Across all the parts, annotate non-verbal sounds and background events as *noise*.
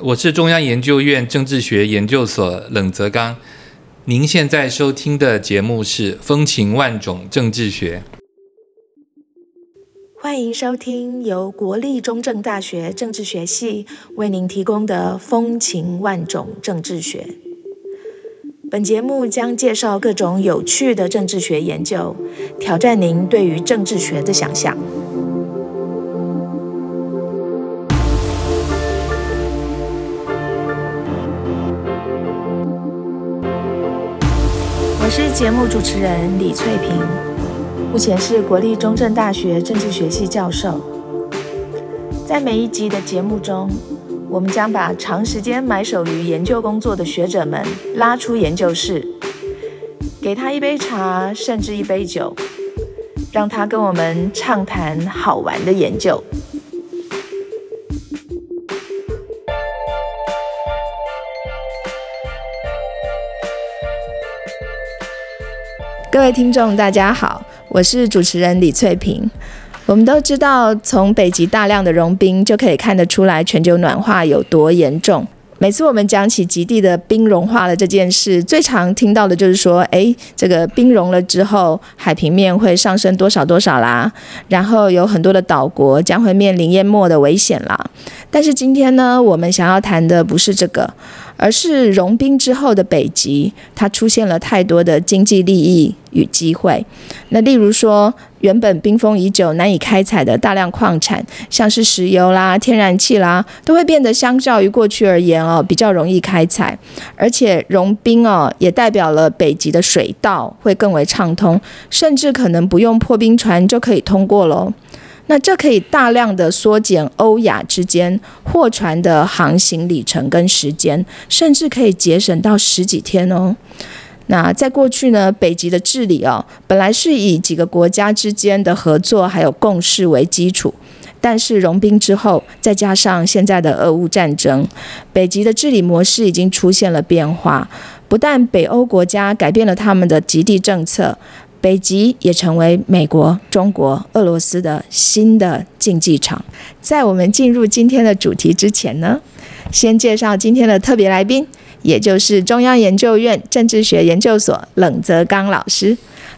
我是中央研究院政治学研究所冷泽刚。您现在收听的节目是《风情万种政治学》，欢迎收听由国立中正大学政治学系为您提供的《风情万种政治学》。本节目将介绍各种有趣的政治学研究，挑战您对于政治学的想象。我是节目主持人李翠萍，目前是国立中正大学政治学系教授。在每一集的节目中，我们将把长时间埋首于研究工作的学者们拉出研究室，给他一杯茶，甚至一杯酒，让他跟我们畅谈好玩的研究。各位听众，大家好，我是主持人李翠萍。我们都知道，从北极大量的融冰就可以看得出来全球暖化有多严重。每次我们讲起极地的冰融化了这件事，最常听到的就是说，诶，这个冰融了之后，海平面会上升多少多少啦，然后有很多的岛国将会面临淹没的危险啦。但是今天呢，我们想要谈的不是这个，而是融冰之后的北极，它出现了太多的经济利益与机会。那例如说，原本冰封已久、难以开采的大量矿产，像是石油啦、天然气啦，都会变得相较于过去而言哦，比较容易开采。而且融冰哦，也代表了北极的水道会更为畅通，甚至可能不用破冰船就可以通过喽。那这可以大量的缩减欧亚之间货船的航行里程跟时间，甚至可以节省到十几天哦。那在过去呢，北极的治理哦，本来是以几个国家之间的合作还有共识为基础，但是融冰之后，再加上现在的俄乌战争，北极的治理模式已经出现了变化。不但北欧国家改变了他们的极地政策，北极也成为美国、中国、俄罗斯的新的竞技场。在我们进入今天的主题之前呢，先介绍今天的特别来宾，也就是中央研究院政治学研究所冷泽刚老师。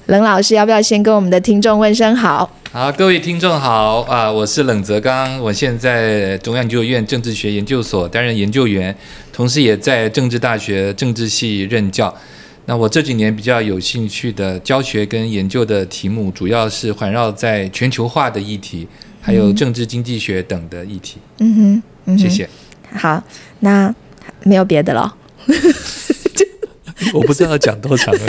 冷老师，要不要先跟我们的听众问声好？好，各位听众好啊、我是冷泽刚，我现在中央研究院政治学研究所担任研究员，同时也在政治大学政治系任教。那我这几年比较有兴趣的教学跟研究的题目，主要是环绕在全球化的议题，还有政治经济学等的议题。嗯哼，嗯哼谢。谢。好，那没有别的了。我不知道讲多长了。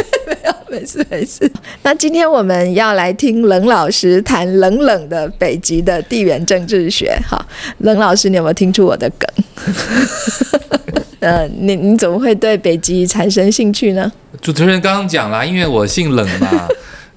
没事没事。那今天我们要来听冷老师谈冷冷的北极的地缘政治学。哈，冷老师，你有没有听出我的 *laughs* 梗？呃，你你怎么会对北极产生兴趣呢？主持人刚刚讲啦，因为我姓冷嘛，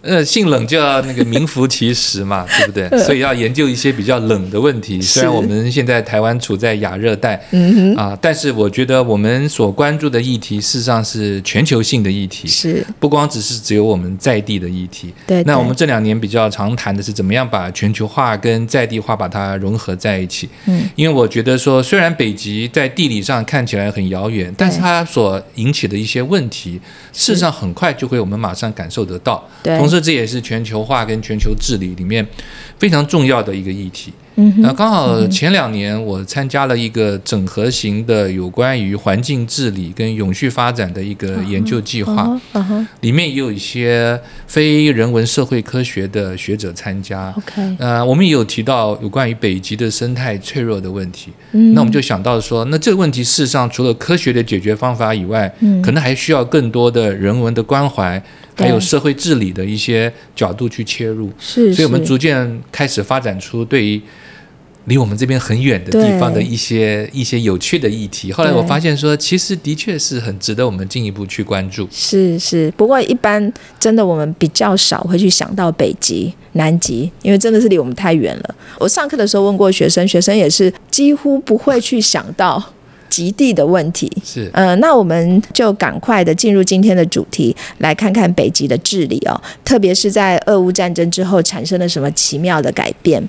呃，姓冷就要那个名副其实嘛，对不对？所以要研究一些比较冷的问题。虽然我们现在台湾处在亚热带，嗯啊、但是我觉得我们所关注的议题，事实上是全球性的议题，是不光只是只有我们在地的议题。对那对我们这两年比较常谈的是怎么样把全球化跟在地化把它融合在一起。嗯，因为我觉得说，虽然北极在地理上看起来很遥远，但是它所引起的一些问题，事实上很快就会我们马上感受得到。对同时这也是全球化跟全球治理里面非常重要的一个议题。嗯那刚好前两年我参加了一个整合型的有关于环境治理跟永续发展的一个研究计划。哦哦哦里面也有一些非人文社会科学的学者参加。 ，OK，呃，我们也有提到有关于北极的生态脆弱的问题，嗯那我们就想到说，那这个问题事实上除了科学的解决方法以外，嗯可能还需要更多的人文的关怀，对还有社会治理的一些角度去切入，是，所以我们是逐渐开始发展出对于离我们这边很远的地方的对一些一些有趣的议题。后来我对发现说，其实的确是很值得我们进一步去关注。是是，不过一般真的我们比较少会去想到北极、南极，因为真的是离我们太远了。我上课的时候问过学生，学生也是几乎不会去想到极地的问题。是呃，那我们就赶快的进入今天的主题，来看看北极的治理哦，特别是在俄乌战争之后产生了什么奇妙的改变。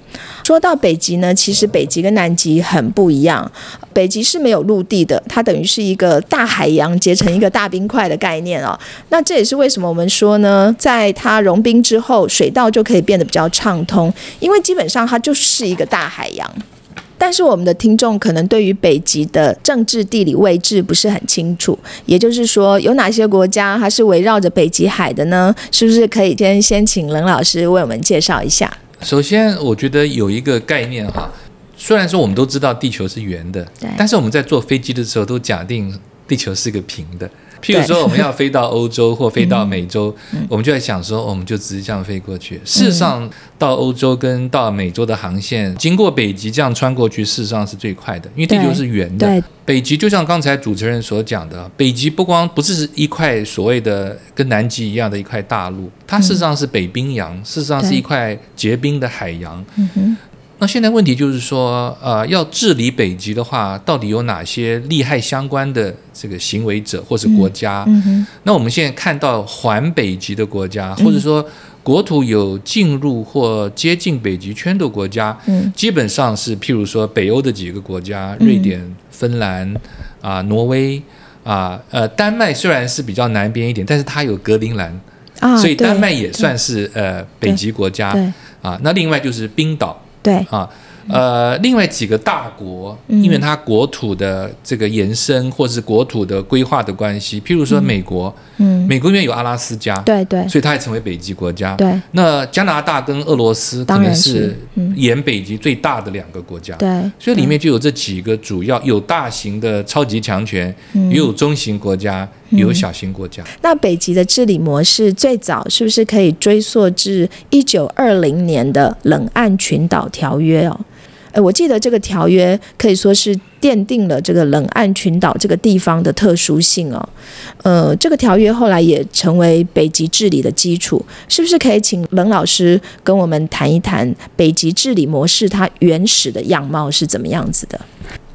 说到北极呢，其实北极跟南极很不一样，北极是没有陆地的，它等于是一个大海洋结成一个大冰块的概念哦。那这也是为什么我们说呢，在它融冰之后，水道就可以变得比较畅通，因为基本上它就是一个大海洋。但是我们的听众可能对于北极的政治地理位置不是很清楚，也就是说，有哪些国家它是围绕着北极海的呢？是不是可以先先请冷老师为我们介绍一下？首先，我觉得有一个概念哈，虽然说我们都知道地球是圆的对，但是我们在坐飞机的时候都假定地球是个平的。譬如对嗯说，我们要飞到欧洲或飞到美洲，我们就在想说，我们就直接这样飞过去。事实上，到欧洲跟到美洲的航线，经过北极这样穿过去，事实上是最快的，因为地球对是圆的。对北极就像刚才主持人所讲的，北极不光不是一块所谓的跟南极一样的一块大陆，它事实上是北冰洋，事实上是对一块结冰的海洋。嗯那现在问题就是说，呃，要治理北极的话，到底有哪些利害相关的这个行为者或是国家？嗯哼，那我们现在看到环北极的国家，或者说国土有进入或接近北极圈的国家，嗯基本上是譬如说北欧的几个国家，嗯瑞典、芬兰啊、挪威啊、呃，丹麦虽然是比较南边一点，但是它有格陵兰，啊，所以对丹麦也算是呃北极国家对啊。那另外就是冰岛对啊。呃，另外几个大国，嗯因为它国土的这个延伸或是国土的规划的关系，譬如说美国，嗯，美国因为有阿拉斯加，对对所以它也成为北极国家。对那加拿大跟俄罗斯可当然能是是嗯沿北极最大的两个国家。对，嗯所以里面就有这几个主要，有大型的超级强权，嗯也有中型国家，也有小型国家。那北极的治理模式最早是不是可以追溯至一九二零年的冷岸群岛条约哦？呃，我记得这个条约可以说是奠定了这个冷岸群岛这个地方的特殊性哦。呃，这个条约后来也成为北极治理的基础，是不是可以请冷老师跟我们谈一谈北极治理模式它原始的样貌是怎么样子的？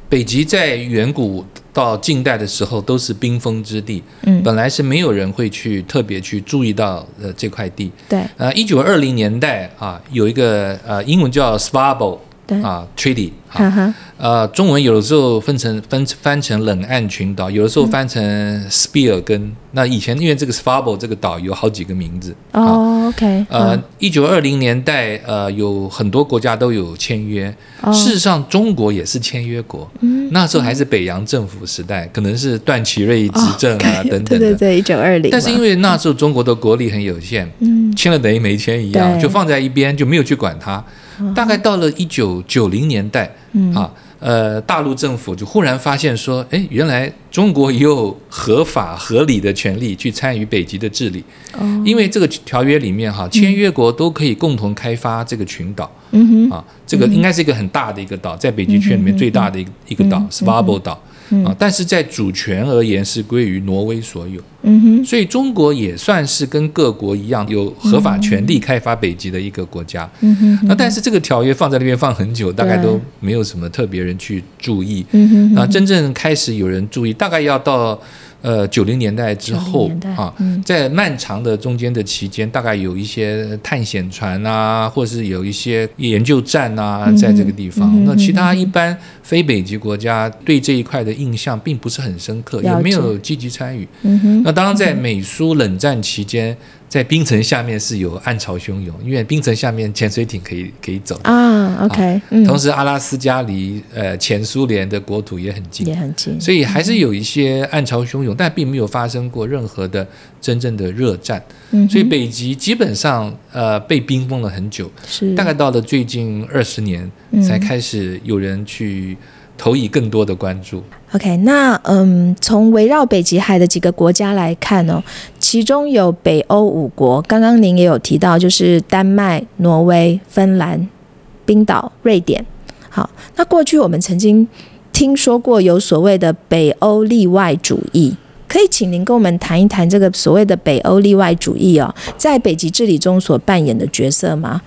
北极在远古到近代的时候都是冰封之地，嗯本来是没有人会去特别去注意到呃这块地。对呃，一九二零年代啊，有一个呃英文叫 Svalbard 对，啊 Treaty 啊，哈哈，呃，中文有的时候分成分翻成冷岸群岛，有的时候翻成 Spear 根。那以前因为这个 s p a b o 这个岛有好几个名字。啊哦，OK，呃，一九二零年代，呃，有很多国家都有签约。嗯，事哦实上，中国也是签约国。嗯那时候还是北洋政府时代，可能是段祺瑞执政啊、哦 OK，等等的。 *laughs* 对对对，一九二零，但是因为那时候中国的国力很有限，嗯签了等于没签一样，对嗯就放在一边，就没有去管它。大概到了一九九零年代，啊，呃，大陆政府就忽然发现说，哎，原来中国也有合法合理的权利去参与北极的治理，哦因为这个条约里面哈，签约国都可以共同开发这个群岛嗯哼，啊，这个应该是一个很大的一个岛，在北极圈里面最大的一个一个岛嗯 s v a b o 岛啊，但是在主权而言是归于挪威所有。嗯哼，所以中国也算是跟各国一样有合法权利开发北极的一个国家。嗯哼，那但是这个条约放在那边放很久，大概对啊都没有什么特别人去注意。嗯哼，那真正开始有人注意，大概要到呃九零年代之90后年代啊嗯，在漫长的中间的期间，大概有一些探险船啊，或是有一些研究站啊，在这个地方。嗯哼那其他一般非北极国家对这一块的印象并不是很深刻，也了解没有积极参与。嗯哼，那当然，在美苏冷战期间，在冰层下面是有暗潮汹涌，因为冰层下面潜水艇可以可以走。啊，OK，嗯，同时，阿拉斯加离呃前苏联的国土也很近，也很近，所以还是有一些暗潮汹涌，但并没有发生过任何的真正的热战。嗯哼，所以北极基本上呃被冰封了很久，是大概到了最近二十年嗯才开始有人去投以更多的关注。 OK，那嗯，从围绕北极海的几个国家来看哦，其中有北欧五国，刚刚您也有提到，就是丹麦、挪威、芬兰、冰岛、瑞典。好，那过去我们曾经听说过有所谓的北欧例外主义，可以请您跟我们谈一谈这个所谓的北欧例外主义哦，在北极治理中所扮演的角色吗？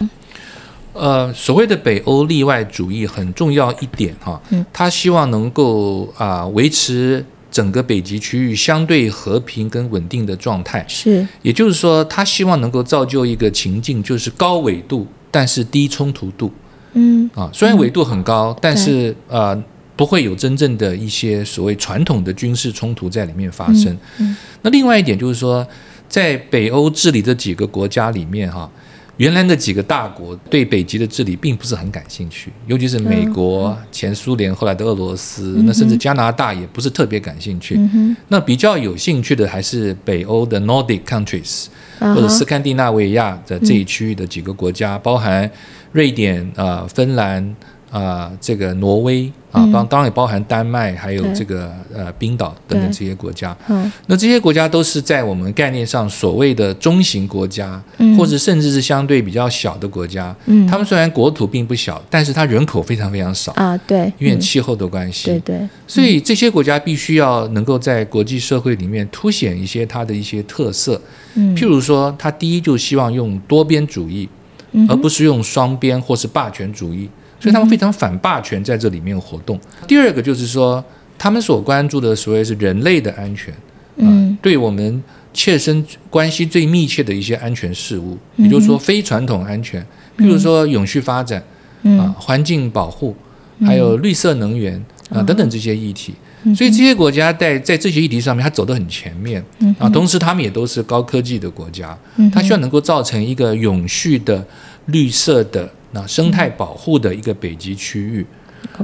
呃，所谓的北欧例外主义很重要一点哈嗯，他希望能够啊、维持整个北极区域相对和平跟稳定的状态，是也就是说，他希望能够造就一个情境，就是高纬度但是低冲突度嗯啊，虽然纬度很高，但是呃。不会有真正的一些所谓传统的军事冲突在里面发生。嗯那另外一点就是说，在北欧治理的几个国家里面、哈，原来那几个大国对北极的治理并不是很感兴趣，尤其是美国、前苏联、后来的俄罗斯，嗯嗯哼那甚至加拿大也不是特别感兴趣。嗯哼，那比较有兴趣的还是北欧的 Nordic countries，、啊或者哈嗯斯堪的纳维亚的这一区域的几个国家，包含瑞典、呃芬兰、啊、这个挪威啊，嗯当、当然也包含丹麦，还有对这个呃冰岛等等对这些国家。嗯那这些国家都是在我们概念上所谓的中型国家，嗯或者甚至是相对比较小的国家。嗯他们虽然国土并不小，但是它人口非常非常少，啊对，因为嗯气候的关系。对对所以这些国家必须要能够在国际社会里面凸显一些它的一些特色，嗯，譬如说，它第一就希望用多边主义，嗯哼而不是用双边或是霸权主义，所以他们非常反霸权在这里面活动。第二个就是说，他们所关注的所谓是人类的安全，呃嗯，对我们切身关系最密切的一些安全事务，嗯也就是说非传统安全，譬如说永续发展嗯啊、环境保护，还有绿色能源啊等等这些议题。嗯所以这些国家在在这些议题上面，它走得很前面嗯啊，同时他们也都是高科技的国家，嗯它希望能够造成一个永续的、绿色的、那生态保护的一个北极区域。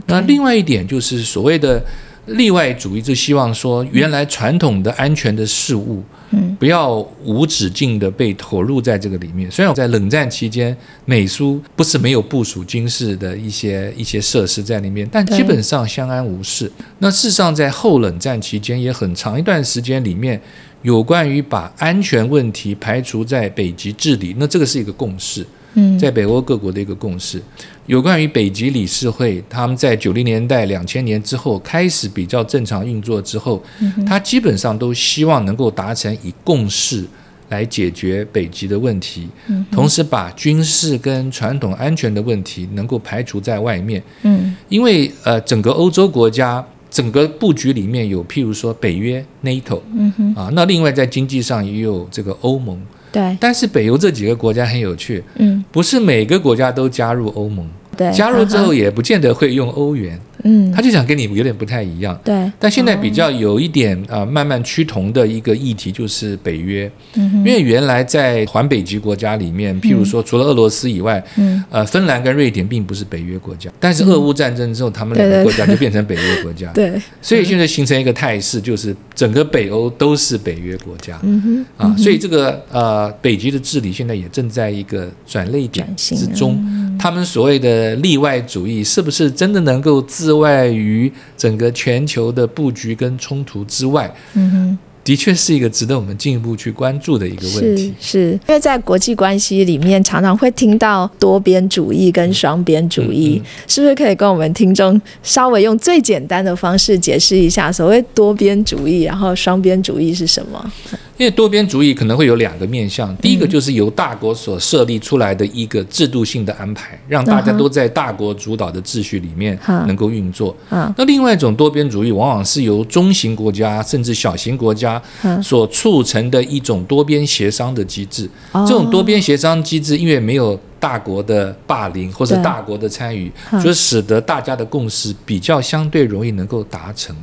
那另外一点就是所谓的例外主义，就希望说原来传统的安全的事物，嗯，不要无止境的被投入在这个里面。虽然在冷战期间，美苏不是没有部署军事的一些一些设施在里面，但对基本上相安无事。那事实上，在后冷战期间也很长一段时间里面。有关于把安全问题排除在北极治理，那这个是一个共识。嗯在北欧各国的一个共识。有关于北极理事会，他们在九零年代、两千年之后开始比较正常运作之后，嗯它基本上都希望能够达成以共识来解决北极的问题，嗯同时把军事跟传统安全的问题能够排除在外面。嗯因为呃，整个欧洲国家整个布局里面有，譬如说北约、NATO 嗯哼，啊，那另外在经济上也有这个欧盟。对，但是北欧这几个国家很有趣，嗯不是每个国家都加入欧盟，对，加入之啊后哈也不见得会用欧元，嗯他就想跟你有点不太一样。对，但现在比较哦有一点啊、呃慢慢趋同的一个议题就是北约，嗯哼因为原来在环北极国家里面，譬如说除了俄罗斯以外，嗯呃，芬兰跟瑞典并不是北约国家，但是俄乌战争之后，他们两对个对国家就变成北约国家，对，所以现在形成一个态势，就是整个北欧都是北约国家。嗯哼啊，所以这个呃，北极的治理现在也正在一个转类点转型之中。他们所谓的例外主义，是不是真的能够自外于整个全球的布局跟冲突之外？嗯哼。的确是一个值得我们进一步去关注的一个问题。是是，因为在国际关系里面，常常会听到多边主义跟双边主义，嗯是不是可以跟我们听众稍微用最简单的方式解释一下所谓多边主义，然后双边主义是什么？因为多边主义可能会有两个面向，第一嗯个就是由大国所设立出来的一个制度性的安排，让大家嗯哼都在大国主导的秩序里面好能够运作。啊，那另外一种多边主义，往往是由中型国家甚至小型国家嗯所促成的一种多边协商的机制。哦这种多边协商机制，因为没有大国的霸凌或者对大国的参与嗯，所以使得大家的共识比较相对容易能够达成。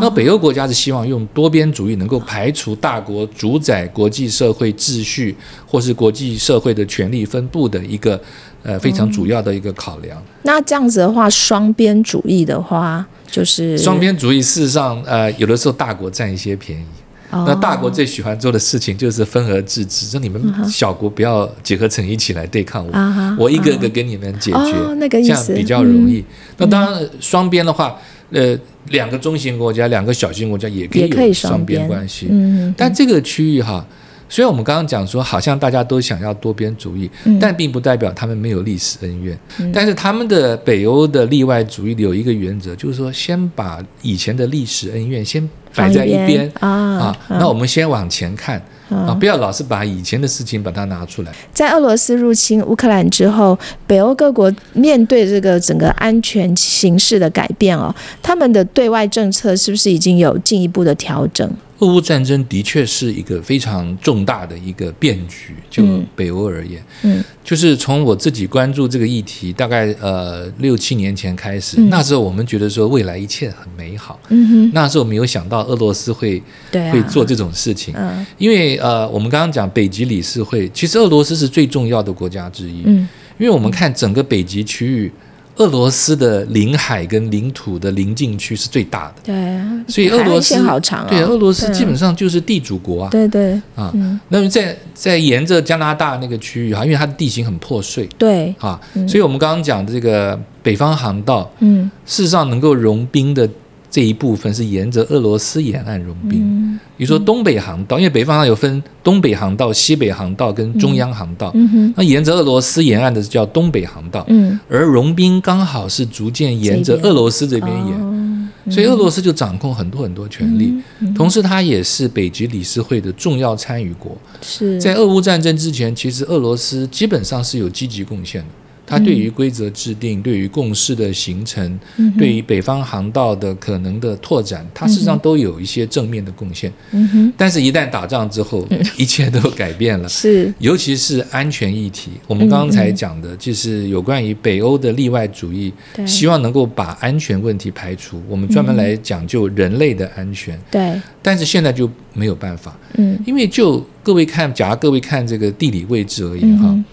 那北欧国家是希望用多边主义能够排除大国主宰国际社会秩序或是国际社会的权力分布的一个呃非嗯常主要的一个考量。那这样子的话，双边主义的话，就是双边主义事实上，呃，有的时候大国占一些便宜。哦那大国最喜欢做的事情就是分而治之，就你们小国不要结合成一起来对抗我，嗯啊哈我一个一个跟你们解决，哦那个意这样思嗯比较容易。那当然，双边的话，呃，两个中型国家，两个小型国家也可也以可以有双双边边关系。嗯但这个区域哈，虽然我们刚刚讲说，好像大家都想要多边主义，但并不代表他们没有历史恩怨。但是他们的北欧的例外主义有一个原则，就是说先把以前的历史恩怨先摆在一一边啊啊。那我们先往前看啊，啊不要老是把以前的事情把它拿出来。在俄罗斯入侵乌克兰之后，北欧各国面对这个整个安全形势的改变哦，他们的对外政策是不是已经有进一步的调整？俄乌战争的确是一个非常重大的一个变局，就北欧而言，嗯嗯就是从我自己关注这个议题，大概呃六七年前开始，嗯那时候我们觉得说未来一切很美好，嗯哼，那时候没有想到俄罗斯会、对啊，会做这种事情，嗯因为呃我们刚刚讲北极理事会，其实俄罗斯是最重要的国家之一，嗯因为我们看整个北极区域，俄罗斯的领海跟领土的临近区是最大的。对啊，所以俄海罗岸斯线好长啊，对，俄罗斯对啊基本上就是地主国啊。对对啊嗯那么在在沿着加拿大那个区域啊，因为它的地形很破碎对，啊，嗯所以我们刚刚讲的这个北方航道，嗯事实上能够融冰的这一部分是沿着俄罗斯沿岸融冰。嗯比如说东北航道，因为北方有分东北航道、西北航道跟中央航道，嗯哼那沿着俄罗斯沿岸的叫东北航道，嗯，而融冰刚好是逐渐沿着这边俄罗斯这边沿。哦嗯所以俄罗斯就掌控很多很多权利，同时它也是北极理事会的重要参与国。是在俄乌战争之前，其实俄罗斯基本上是有积极贡献的。它对于规则制定、对于共识的形成、嗯哼对于北方航道的可能的拓展，它事实上都有一些正面的贡献。嗯哼嗯但是，一旦打仗之后，一切都改变 *laughs* 了。是尤其是安全议题，我们刚嗯才讲的，就是有关于北欧的例外主义，对嗯希望能够把安全问题排除。我们专门来讲究人类的安全，对但是现在就没有办法，嗯因为就各位看，假如各位看这个地理位置而言嗯哈，哼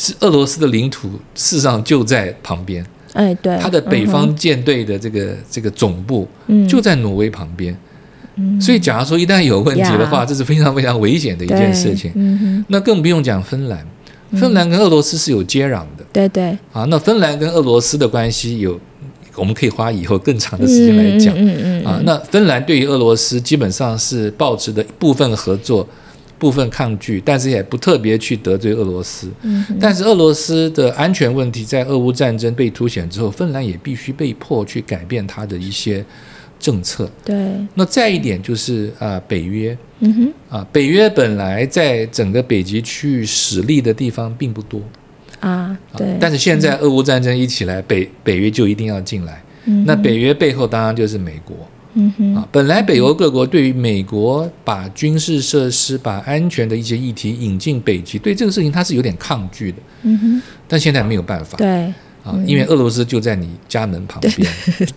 是俄罗斯的领土事实上就在旁边，哎对，它的北嗯哼方舰队的这个这个总部嗯就在挪威旁边，嗯所以假如说一旦有问题的话，呀这是非常非常危险的一件对事情。嗯哼那更不用讲芬兰，芬兰跟俄罗斯是有接壤的、对对，啊。那芬兰跟俄罗斯的关系有，我们可以花以后更长的时间来讲、嗯嗯嗯啊。那芬兰对于俄罗斯基本上是保持的部分合作、部分抗拒，但是也不特别去得罪俄罗斯。嗯但是俄罗斯的安全问题在俄乌战争被凸显之后，芬兰也必须被迫去改变它的一些政策。对，那再一点就是啊，北约。嗯哼啊，北约本来在整个北极区域实力的地方并不多，啊啊对，但是现在俄乌战争一起来，北北约就一定要进来。嗯那北约背后当然就是美国嗯哼啊。本来北欧各国对于美国把军事设施、把安全的一些议题引进北极，对这个事情它是有点抗拒的，嗯哼但现在没有办法对嗯啊，因为俄罗斯就在你家门旁边。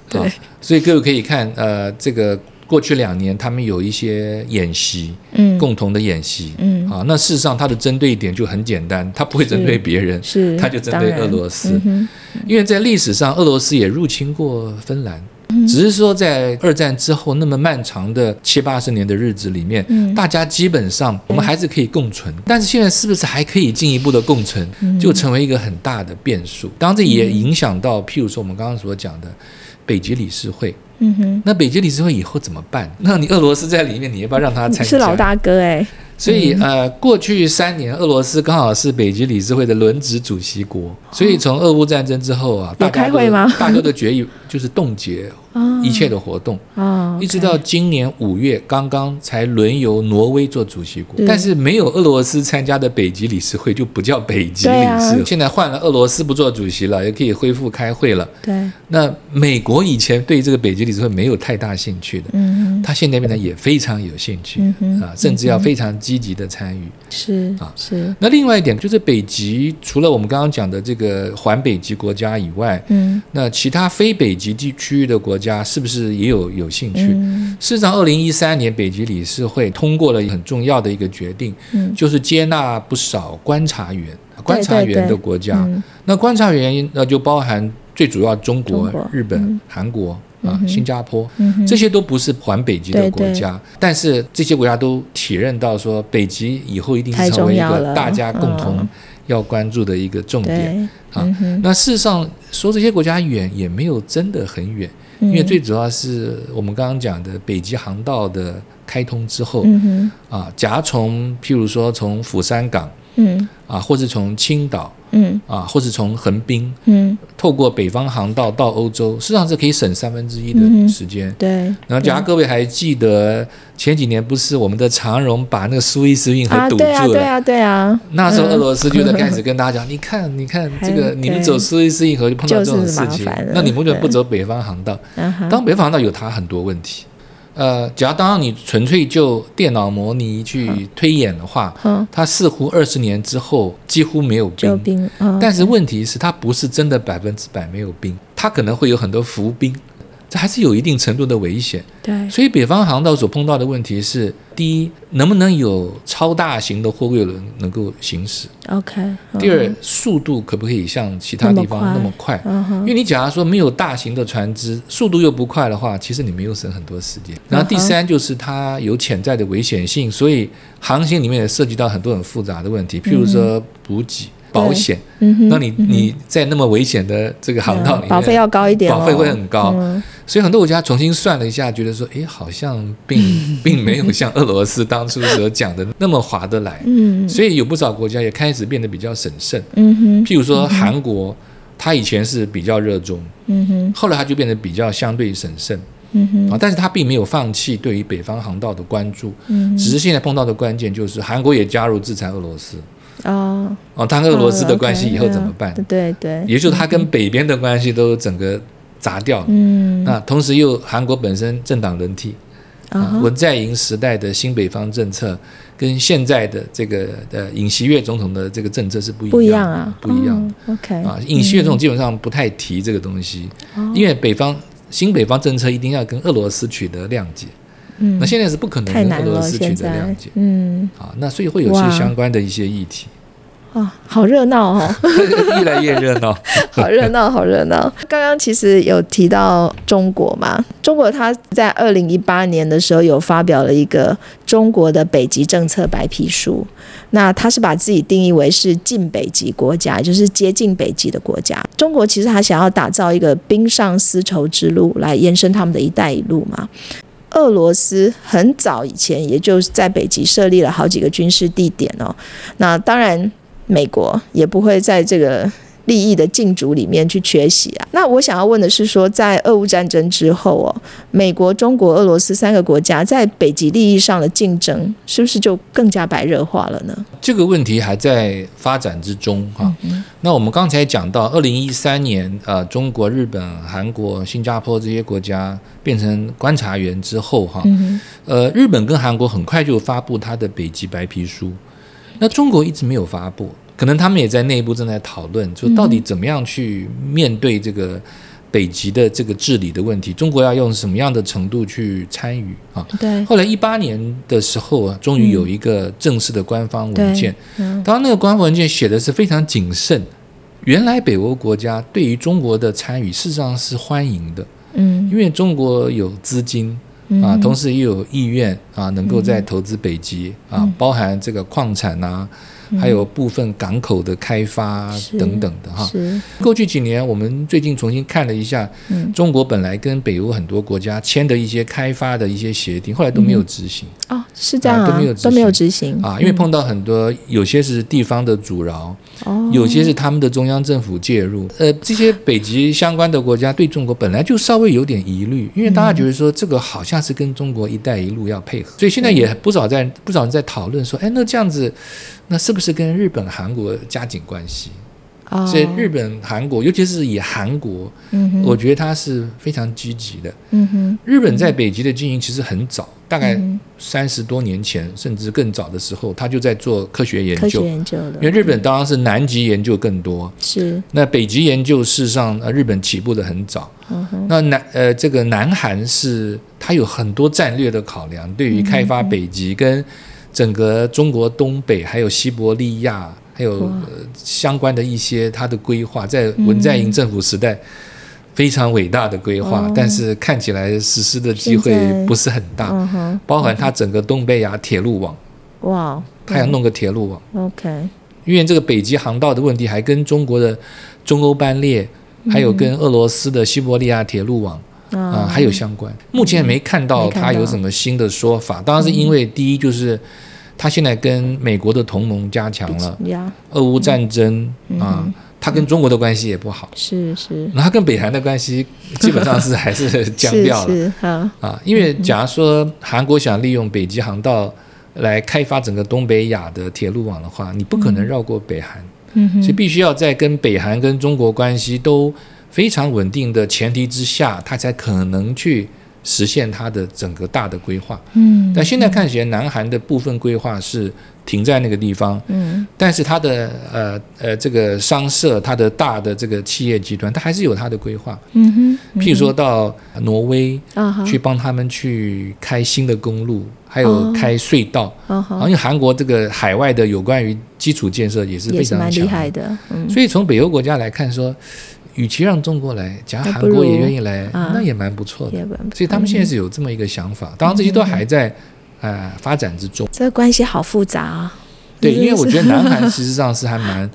对啊，所以各位可以看，呃，这个过去两年他们有一些演习，嗯共同的演习，嗯啊，那事实上它的针对点就很简单，它不会针对别人，是它就针当对然俄罗斯嗯哼因为在历史上俄罗斯也入侵过芬兰，只是说在二战之后那么漫长的七八十年的日子里面，嗯大家基本上我们还是可以共存，但是现在是不是还可以进一步的共存，嗯就成为一个很大的变数。当然这也影响到，譬如说我们刚刚所讲的北极理事会，嗯哼那北极理事会以后怎么办？那你俄罗斯在里面，你要不要让他参加？是老大哥哎所以呃，过去三年俄罗斯刚好是北极理事会的轮值主席国，所以从俄乌战争之后啊，哦有大家开都会吗 *laughs* 大家的决议就是冻结啊一切的活动，啊一直到今年五月刚刚才轮由挪威做主席国嗯，但是没有俄罗斯参加的北极理事会就不叫北极理对事，啊现在换了俄罗斯不做主席了，也可以恢复开会了。对那美国以前对这个北极理事会没有太大兴趣的，嗯哼他现在变得也非常有兴趣嗯哼啊，甚至要非常积极的参与。是啊是那另外一点就是北极，除了我们刚刚讲的这个环北极国家以外，嗯那其他非北极地区域的国家是不是也有有兴趣？嗯事实上，二零一三年北极理事会通过了很重要的一个决定，嗯就是接纳不少观察员、观察员的国家。嗯那观察员那就包含最主要中国、中国日本、嗯韩国嗯啊、哼新加坡。嗯哼这些都不是环北极的国对对家，但是这些国家都体认到说，北极以后一定太是成为一重要了个大家共同嗯要关注的一个重点。对啊嗯哼那事实上说这些国家远也没有真的很远，嗯因为最主要是我们刚刚讲的北极航道的开通之后、嗯哼啊，假如从譬如说从釜山港嗯啊，或是从青岛嗯啊，或是从横滨嗯，透过北方航道到欧洲，事实上是可以省三分之一嗯哼的时间。对，然后，假如各位还记得前几年不是我们的长荣把那个苏伊士运河啊，堵对啊，住对了？啊，对啊，那时候俄罗斯就在嗯开始跟 *laughs* 大家讲，你看，你看还这个，你们走苏伊士运河就碰到这种事就是情麻烦了，那你们为什么不走北方航道？嗯哼当北方航道有它很多问题，呃，假如当你纯粹就电脑模拟去推演的话，嗯，它似乎二十年之后几乎没有救冰，兵，嗯但是问题是它不是真的百分之百没有冰，它可能会有很多浮冰，这还是有一定程度的危险。对，所以北方航道所碰到的问题是：第一，能不能有超大型的货柜轮能够行驶？ OK，嗯第二，速度可不可以像其他地方那那么么快？嗯因哼，为你假如说没有大型的船只，速度又不快的话，其实你没有省很多时嗯间。然后第三就是它有潜在的危险性，所以航行里面也涉及到很多很复杂的问题，譬如说补给、保险。嗯哼，那你你在那么危险的这个航道里面，保费要高一点哦，保费会很高嗯所以很多国家重新算了一下，觉得说，诶，好像 *laughs* 并并没有像俄罗斯当初所讲的那么划得来。嗯所以有不少国家也开始变得比较审慎，嗯哼，譬如说韩国，它以前是比较热衷，嗯哼，后来它就变得比较相对审慎嗯哼，啊，但是它并没有放弃对于北方航道的关注，嗯只是现在碰到的关键就是韩国也加入制裁俄罗斯，哼，哦，哦，它跟俄罗斯的关系以后怎么哦办，OK，？对对，也就是它跟北边的关系都整个砸掉了。嗯，那同时又韩国本身政党轮替，啊哈文在寅时代的新北方政策跟现在的这个呃尹锡悦总统的这个政策是不不一一样样的啊，不一样的、哦，OK，啊。尹锡悦总统基本上不太提这个东西，哦因为北方新北方政策一定要跟俄罗斯取得谅解，嗯那现在是不可能太跟难俄了，罗斯取现得谅在解，嗯，啊，那所以会有一哇些相关的一些议 *laughs* 题，啊，好热闹哦。越来越热闹。 *laughs* 好热闹，好热闹！刚刚其实有提到中国嘛，中国它在二零一八年的时候有发表了一个中国的北极政策白皮书，那它是把自己定义为是近北极国家，也就是接近北极的国家。中国其实它想要打造一个冰上丝绸之路来延伸他们的一带一路嘛。俄罗斯很早以前，也就是在北极设立了好几个军事地点哦。那当然，美国也不会在这个利益的竞逐里面去缺席啊。那我想要问的是说，在俄乌战争之后哦，美国、中国、俄罗斯三个国家在北极利益上的竞争，是不是就更加白热化了呢？这个问题还在发展之中哈、那我们刚才讲到，二零一三年，呃，中国、日本、韩国、新加坡这些国家变成观察员之后哈、嗯呃，日本跟韩国很快就发布它的北极白皮书，那中国一直没有发布，可能他们也在内部正在讨论，就到底怎么样去面对这个北极的这个治理的问题，中国要用什么样的程度去参与啊？哼，对，后来一八年的时候啊，终于有一个正式的官方文件。嗯当然，那个官方文件写的是非常谨慎。原来北欧国家对于中国的参与，事实上是欢迎的，嗯因为中国有资金嗯啊，同时也有意愿啊，能够在投资北极啊，嗯包含这个矿产呐、还有部分港口的开发啊是等等的哈。嗯是，过去几年，我们最近重新看了一下，嗯中国本来跟北欧很多国家签的一些开发的一些协定，后来都没有执行、哦，是这样啊都没有执都没有执行啊，因为碰到很多有些是地方的阻挠，哦，有些是他们的中央政府介入。呃，这些北极相关的国家对中国本来就稍微有点疑虑，因为大家觉得说这个好像是跟中国“一带一路”要配嗯合，所以现在也不少在不少人在讨论说，哎，那这样子，那是不是跟日本、韩国加紧关系？哦所以日本、韩国，尤其是以韩国，嗯哼我觉得它是非常积极的。嗯哼日本在北极的经营其实很早，大概嗯三十多年前，甚至更早的时候，他就在做科学研科学究。研究因为的日本当然是南极研究更多，是那北极研究事实上呃日本起步的很早。嗯哼那南呃这个南韩是它有很多战略的考量，对于开嗯发北极跟整个中国东北还有西伯利亚还有、哇嗯呃相关的一些它的规划，在文在寅政府时代。非常伟大的规划，哦但是看起来实施的机会现在不是很大，嗯哼包含它整个东北亚铁路网，哇它要弄个铁路网， OK 因为这个北极航道的问题，还跟中国的中欧班列，还有跟俄罗斯的西伯利亚铁路网啊、嗯啊还有相关。目前没看没到看它到嗯有什么新的说法，当然是因为第一就是。他现在跟美国的同盟加强了，呀，俄乌战争嗯啊，他跟中国的关系也不好，是是，那他跟北韩的关系基本上是还是 *laughs* 僵掉了是是好，啊。因嗯为假如说韩国想利用北极航道来开发整个东北亚的铁路网的话，你不可能绕过北韩，嗯哼，所以必须要在跟北韩跟中国关系都非常稳定的前提之下，他才可能去实现他的整个大的规划。嗯但现在看起来，南韩的部分规划是停在那个地方，嗯但是它的呃呃这个商社，它的大的这个企业集团，它还是有它的规划。嗯哼，譬如说到挪威啊好，去帮他们去开新的公路，还哦有开隧道。啊好好，像因为韩国这个海外的有关于基础建设也是也非是常蛮厉强害的，嗯，所以从北欧国家来看说，与其让中国来，假如还韩不国也如愿意来，啊那也蛮不错的。也蛮嗯不所以他们现在是有这么一个想法，当然这些都还在呃发展之中。这个关系好复杂啊，对，真因为的我是觉得南韩事实上是还蛮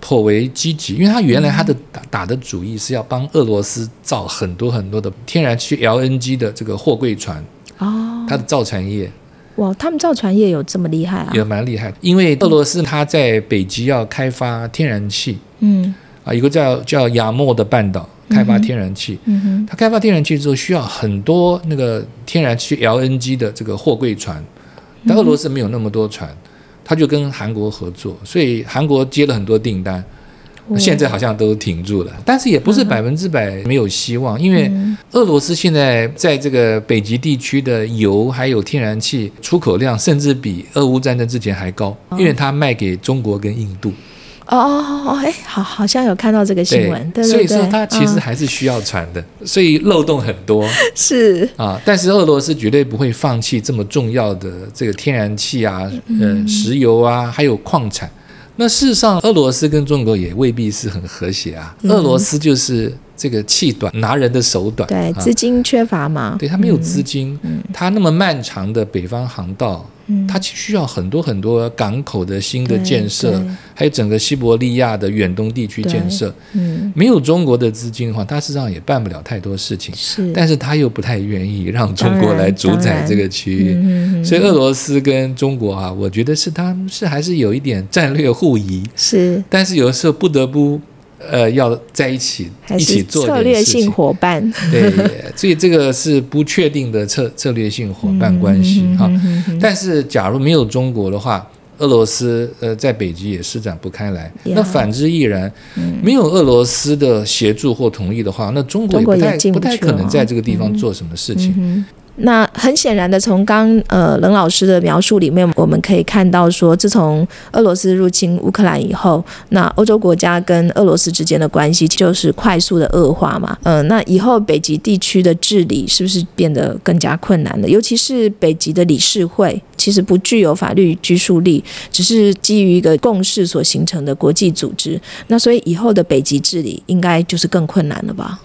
颇为积极，因为他原来他的打打的主意是要帮俄罗斯造很多很多的天然气 LNG 的这个货柜船，哦，它的造船业哇，他们造船业有这么厉害啊，也蛮厉害的。因为俄罗斯它在北极要开发天然气嗯啊，有个叫叫亚莫的半岛开发天然气，嗯哼，它开发天然气之后需要很多那个天然气 LNG 的这个货柜嗯船，但俄罗斯没有那么多船，它就跟韩国合作，所以韩国接了很多订单。哦嗯现在好像都停住了，但是也不是百分之百没有希望，因为俄罗斯现在在这个北极地区的油还有天然气出口量，甚至比俄乌战争之前还高，因为它卖给中国跟印度，哦哦哦，哎，好，好像有看到这个新闻，对对对，所以说它其实嗯还是需要船的，所以漏洞很多 *laughs* 是啊。但是俄罗斯绝对不会放弃这么重要的这个天然气啊、嗯呃石油啊，还有矿产。那事实上，俄罗斯跟中国也未必是很和谐啊。嗯俄罗斯就是这个气短，拿人的手短，对嗯啊资金缺乏嘛，对，它没有资金，它那么漫长的北方航道，嗯它需要很多很多港口的新的对建设对，还有整个西伯利亚的远东地区建设。嗯没有中国的资金的话，它事实上也办不了太多事情。是，但是它又不太愿意让中国当然来主当宰然这个区域，嗯哼哼所以俄罗斯跟中国啊，我觉得是他们是还是有一点战略互疑，是但是有的时候不得不呃要在一起还一起是做策点略事情性。伙伴，对，所以这个是不确定的策策略性伙伴关系哈、嗯哼哼但是假如没有中国的话，俄罗斯呃在北极也施展不开来。呀嗯那反之亦然、没有俄罗斯的协助或同意的话，那中国也中国不也太进不太去可能了在这个地方做什么事情。嗯哼那很显然的，从刚呃冷老师的描述里面，我们可以看到说，自从俄罗斯入侵乌克兰以后，那欧洲国家跟俄罗斯之间的关系就是快速的恶化嘛。呃，那以后北极地区的治理是不是变得更加困难了？尤其是北极的理事会，其实不具有法律拘束力，只是基于一个共识所形成的国际组织。那所以以后的北极治理应该就是更困难了吧？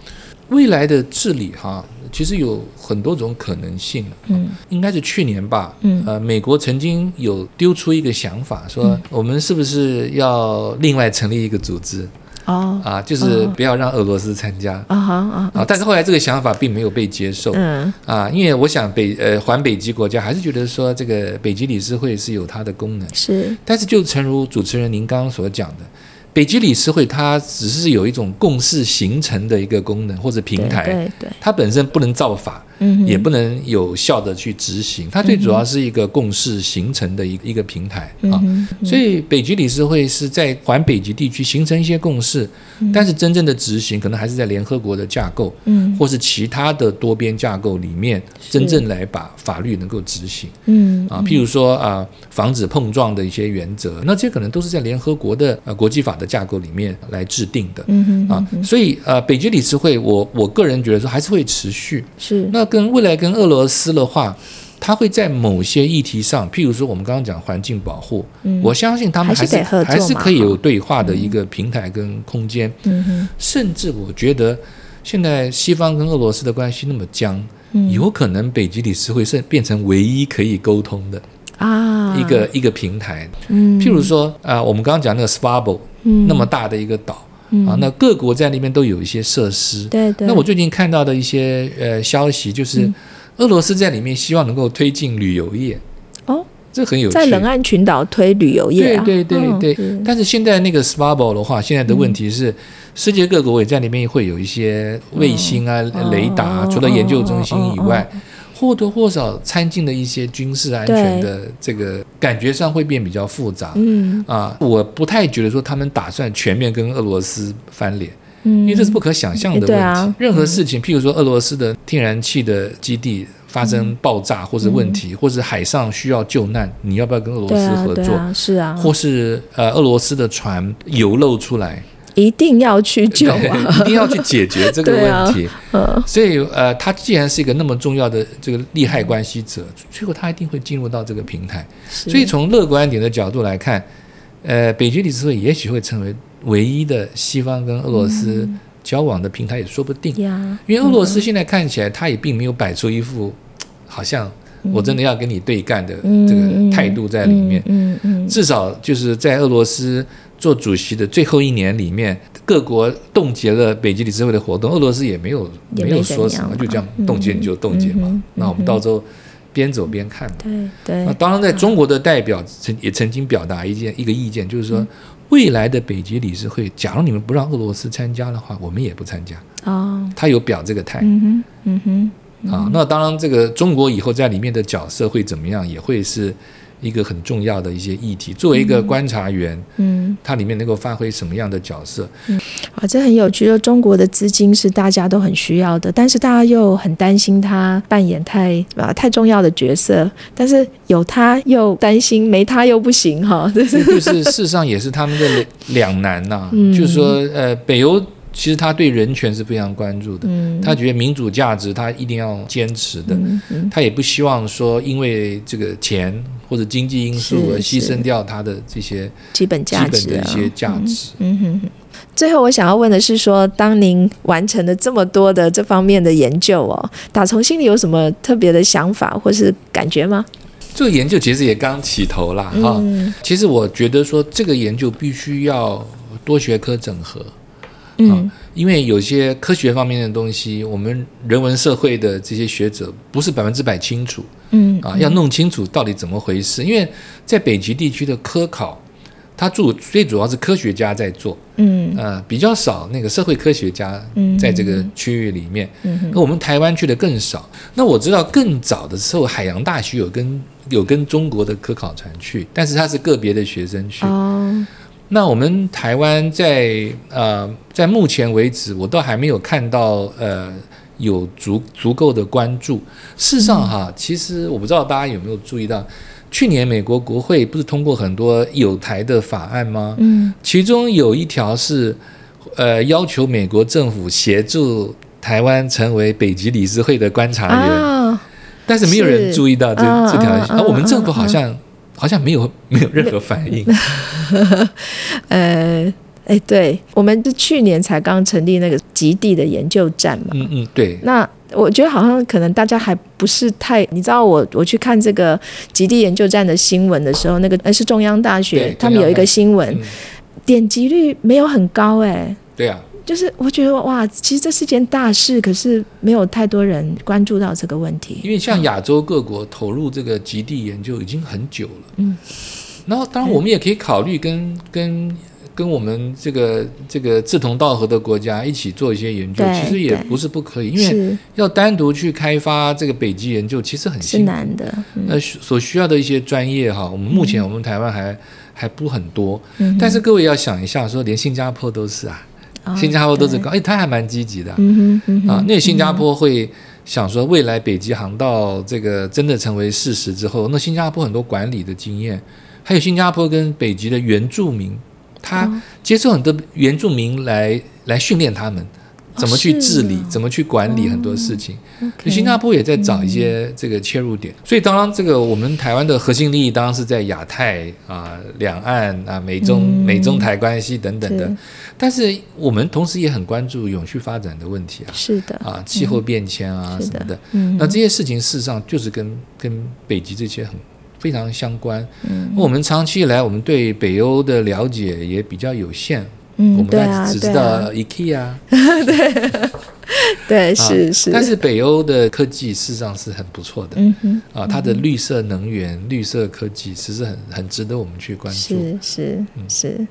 未来的治理哈，其实有很多种可能性。嗯，应该是去年吧。嗯，呃，美国曾经有丢出一个想法，嗯说我们是不是要另外成立一个组织哦，啊？就是不要让俄罗斯参加啊哈啊，啊。但是后来这个想法并没有被接受嗯。啊，因为我想北呃环北极国家还是觉得说这个北极理事会是有它的功能。是，但是就诚如主持人您刚刚所讲的，北极理事会它只是有一种共识形成的一个功能或者平台。对对对，它本身不能造法，嗯哼也不能有效的去执行，它最主要是一个共识形成的一个一个平台啊。嗯哼所以北极理事会是在环北极地区形成一些共识，但是真正的执行可能还是在联合国的架构，嗯或是其他的多边架构里面，是真正来把法律能够执行嗯啊。譬如说啊，防止碰撞的一些原则，那这些可能都是在联合国的呃国际法的架构里面来制定的。嗯哼，啊，所以呃，北极理事会，我我个人觉得说还是会持续。是，那跟未来跟俄罗斯的话，它会在某些议题上，譬如说我们刚刚讲环境保护，我相信他们还是嗯还是得合作嘛还是可以有对话的一个平台跟空间，嗯哼，甚至我觉得现在西方跟俄罗斯的关系那么僵。嗯有可能北极理事会是变成唯一可以沟通的啊，一个、，一个平台，嗯譬如说啊、呃我们刚刚讲那个 Spabo、嗯那么大的一个岛、啊，那各国在那边都有一些设施，对对，嗯那我最近看到的一些呃消息，就是俄罗斯在里面希望能够推进旅游业哦这很有趣。在冷岸群岛推旅游业、啊，对对嗯对对。但是现在那个 s p a b o 的话，现在的问题是，世界各国也在里面会有一些卫星啊、雷达啊哦除了研究中心以外哦，或多或少掺进了一些军事安全的这个感觉上会变比较复杂。嗯啊，我不太觉得说他们打算全面跟俄罗斯翻脸，嗯，因为这是不可想象的问题。对啊任何事情，譬如说俄罗斯的天然气的基地发嗯生爆炸或者问题，或者海上需要救难，你要不要跟俄罗对斯啊合对作？啊是啊，或是呃俄罗斯的船游漏出来，一定要去救啊， *laughs* 对一定要去解决这个 *laughs* 对啊问题。嗯所以呃，他既然是一个那么重要的这个利害关系者，最后他一定会进入到这个平台。是所以从乐观点的角度来看，呃，北极理事会也许会成为唯一的西方跟俄罗斯嗯交往的平台，也说不定。呀，因为俄罗斯现在看起来，他也并没有摆出一副好像我真的要跟你对干的嗯这个态度在里面。嗯嗯，嗯至少就是在俄罗斯做主席的最后一年里面，各国冻结了北极理事会的活动，俄罗斯也没有也没有怎说什样么，嘛就这样冻结你就冻结嘛。嗯嗯嗯那我们到时候边走边看嘛。对那对，当然，在中国的代表曾也曾经表达一件一个意见，就是嗯说，未来的北极理事会，假如你们不让俄罗斯参加的话，我们也不参加。哦，他有表这个态嗯哼嗯哼，啊。那当然，这个中国以后在里面的角色会怎么样，也会是一个很重要的一些议题。作为一个观察员，嗯，它里面能够发挥什么样的角 *laughs* 色？哇，啊这很有趣。就中国的资金是大家都很需要的，但是大家又很担心他扮演太啊太重要的角色，但是有他又担心，没他又不行哈。这这是就是事实上也是他们的两两难呐、嗯就是说，呃，北欧其实他对人权是非常关注的，嗯他觉得民主价值他一定要坚持的，嗯嗯他也不希望说因为这个钱或者经济因素是而牺是牲掉他的这些基本基价本值的啊一些价值。嗯哼哼。最后，我想要问的是说，当您完成了这么多的这方面的研究哦，打从心里有什么特别的想法或是感觉吗？这个研究其实也刚起头啦，哈、嗯其实我觉得说这个研究必须要多学科整合，嗯因为有些科学方面的东西，我们人文社会的这些学者不是百分之百清楚嗯啊，要弄清楚到底怎么回事。因为在北极地区的科考，它主最主要是科学家在做，嗯呃，比较少那个社会科学家嗯在这个区域里面。嗯哼那我们台湾去的更少。那我知道更早的时候，海洋大学有跟有跟中国的科考船去，但是它是个别的学生去。哦那我们台湾在呃，在目前为止，我都还没有看到呃有足足够的关注。事实上哈，其实我不知道大家有没有注意到，去年美国国会不是通过很多有台的法案吗？嗯其中有一条是呃要求美国政府协助台湾成为北极理事会的观察员，啊但是没有人是注意到这嗯这条，啊嗯嗯而我们政府嗯好像好像没有没有任何反 *laughs* 应。呃哎，对，我们是去年才刚成立那个极地的研究站嘛，嗯嗯，对。那我觉得好像可能大家还不是太，你知道我我去看这个极地研究站的新闻的时候，那个呃是中央大对学中，他们有一央大个新闻嗯，点击率没有很高哎、对啊，就是我觉得哇，其实这是件大事，可是没有太多人关注到这个问题。因为像亚洲各国投入这个极地研究已经很久了，嗯，然后当然我们也可以考虑跟跟跟我们这个这个志同道合的国家一起做一些研究，对其实也对不是不可以，因为是要单独去开发这个北极研究其实很是辛苦，难的，那所需要的一些专业哈，我们目前我们台湾还、还不很多，嗯但是各位要想一下，说连新加坡都是啊，哦新加坡都是高，哎，他还蛮积极的啊、嗯哼嗯哼啊，那新加坡会想说，未来北极航道这个真的成为事实之后，那新加坡很多管理的经验，还有新加坡跟北极的原住民，嗯他接受很多原住民来来训练他们怎么去是治理啊，哦怎么去管理很多事情。 ，OK 新加坡也在找一些这个切入点，所以当然这个我们台湾的核心利益当然是在亚太啊、两岸啊、美中、嗯美中台关系等等的是，但是我们同时也很关注永续发展的问题啊。是的，啊，气候变迁啊嗯是什么的的。嗯那这些事情事实上就是跟跟北极这些很非常相关。嗯我们长期以来，我们对北欧的了解也比较有限，我嗯，们对啊，只对知啊道，IKEA，对， *laughs* 是是，但是北欧的科技事实上是很不错的，嗯哼，啊，它的绿色能源、绿色科技，其实很很值得我们去关注。是是是。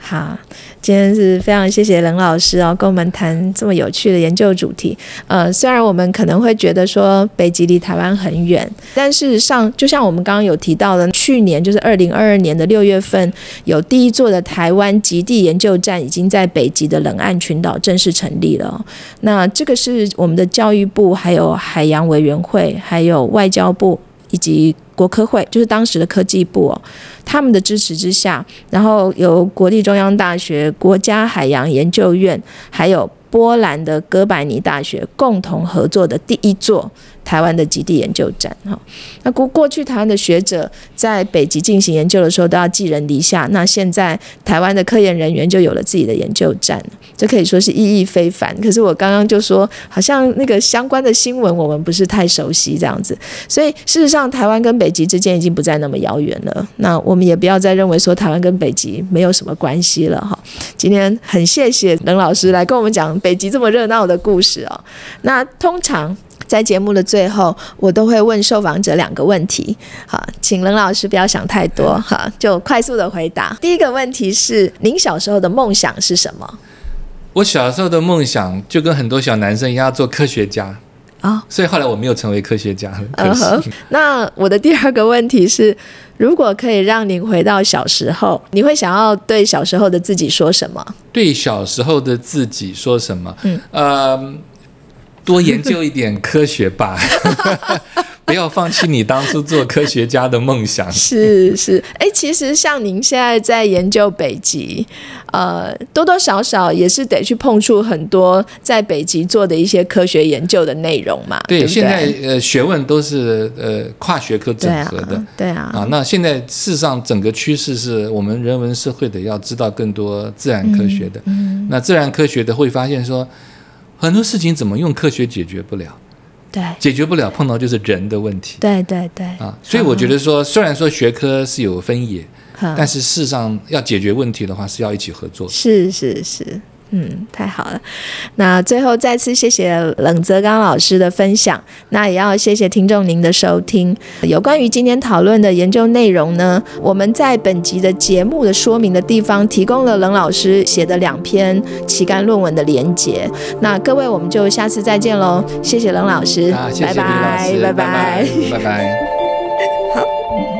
好，今天是非常谢谢冷老师哦，跟我们谈这么有趣的研究主题。呃，虽然我们可能会觉得说北极离台湾很远，但事实上，就像我们刚刚有提到的，去年就是二零二二年的六月份，有第一座的台湾极地研究站已经在北极的冷岸群岛正式成立了哦。那这个是我们的教育部、还有海洋委员会、还有外交部以及国科会，就是当时的科技部哦，他们的支持之下，然后由国立中央大学、国家海洋研究院，还有波兰的哥白尼大学共同合作的第一座台湾的极地研究站。哈，那过过去台湾的学者在北极进行研究的时候都要寄人篱下，那现在台湾的科研人员就有了自己的研究站，这可以说是意义非凡。可是我刚刚就说，好像那个相关的新闻我们不是太熟悉这样子，所以事实上，台湾跟北极之间已经不再那么遥远了。那我们也不要再认为说台湾跟北极没有什么关系了哈。今天很谢谢冷老师来跟我们讲北极这么热闹的故事哦。那通常。在节目的最后，我都会问受访者两个问题，好，请冷老师不要想太多，哈，就快速的回答。第一个问题是，您小时候的梦想是什么？我小时候的梦想就跟很多小男生一样要做科学家，啊、所以后来我没有成为科学家，很可嗯惜。哼，那我的第二个问题是，如果可以让您回到小时候，你会想要对小时候的自己说什么？对小时候的自己说什么？嗯呃，多研究一点科学 *laughs* 吧，不要放弃你当初做科学家的梦想。 *laughs* 是是，哎、其实像您现在在研究北极，呃，多多少少也是得去碰触很多在北极做的一些科学研究的内容嘛。对对，不对，现在呃学问都是呃跨学科对整合的啊，对啊，啊，那现在事实上整个趋势是我们人文社会的要知道更多自然科学的，嗯那自然科学的会发现说很多事情怎么用科学解决不了，对啊解决不了碰到就是人的问题对对对，啊，所以我觉得说虽然说学科是有分野，好但是事实上要解决问题的话是要一起合作的。是是是，嗯，太好了。那最后再次谢谢冷泽刚老师的分享，那也要谢谢听众您的收听。有关于今天讨论的研究内容呢，我们在本集的节目的说明的地方提供了冷老师写的两篇期刊论文的连结。那各位，我们就下次再见喽，啊谢谢冷老师，啊，谢谢李拜老拜师，，拜拜。拜拜。好。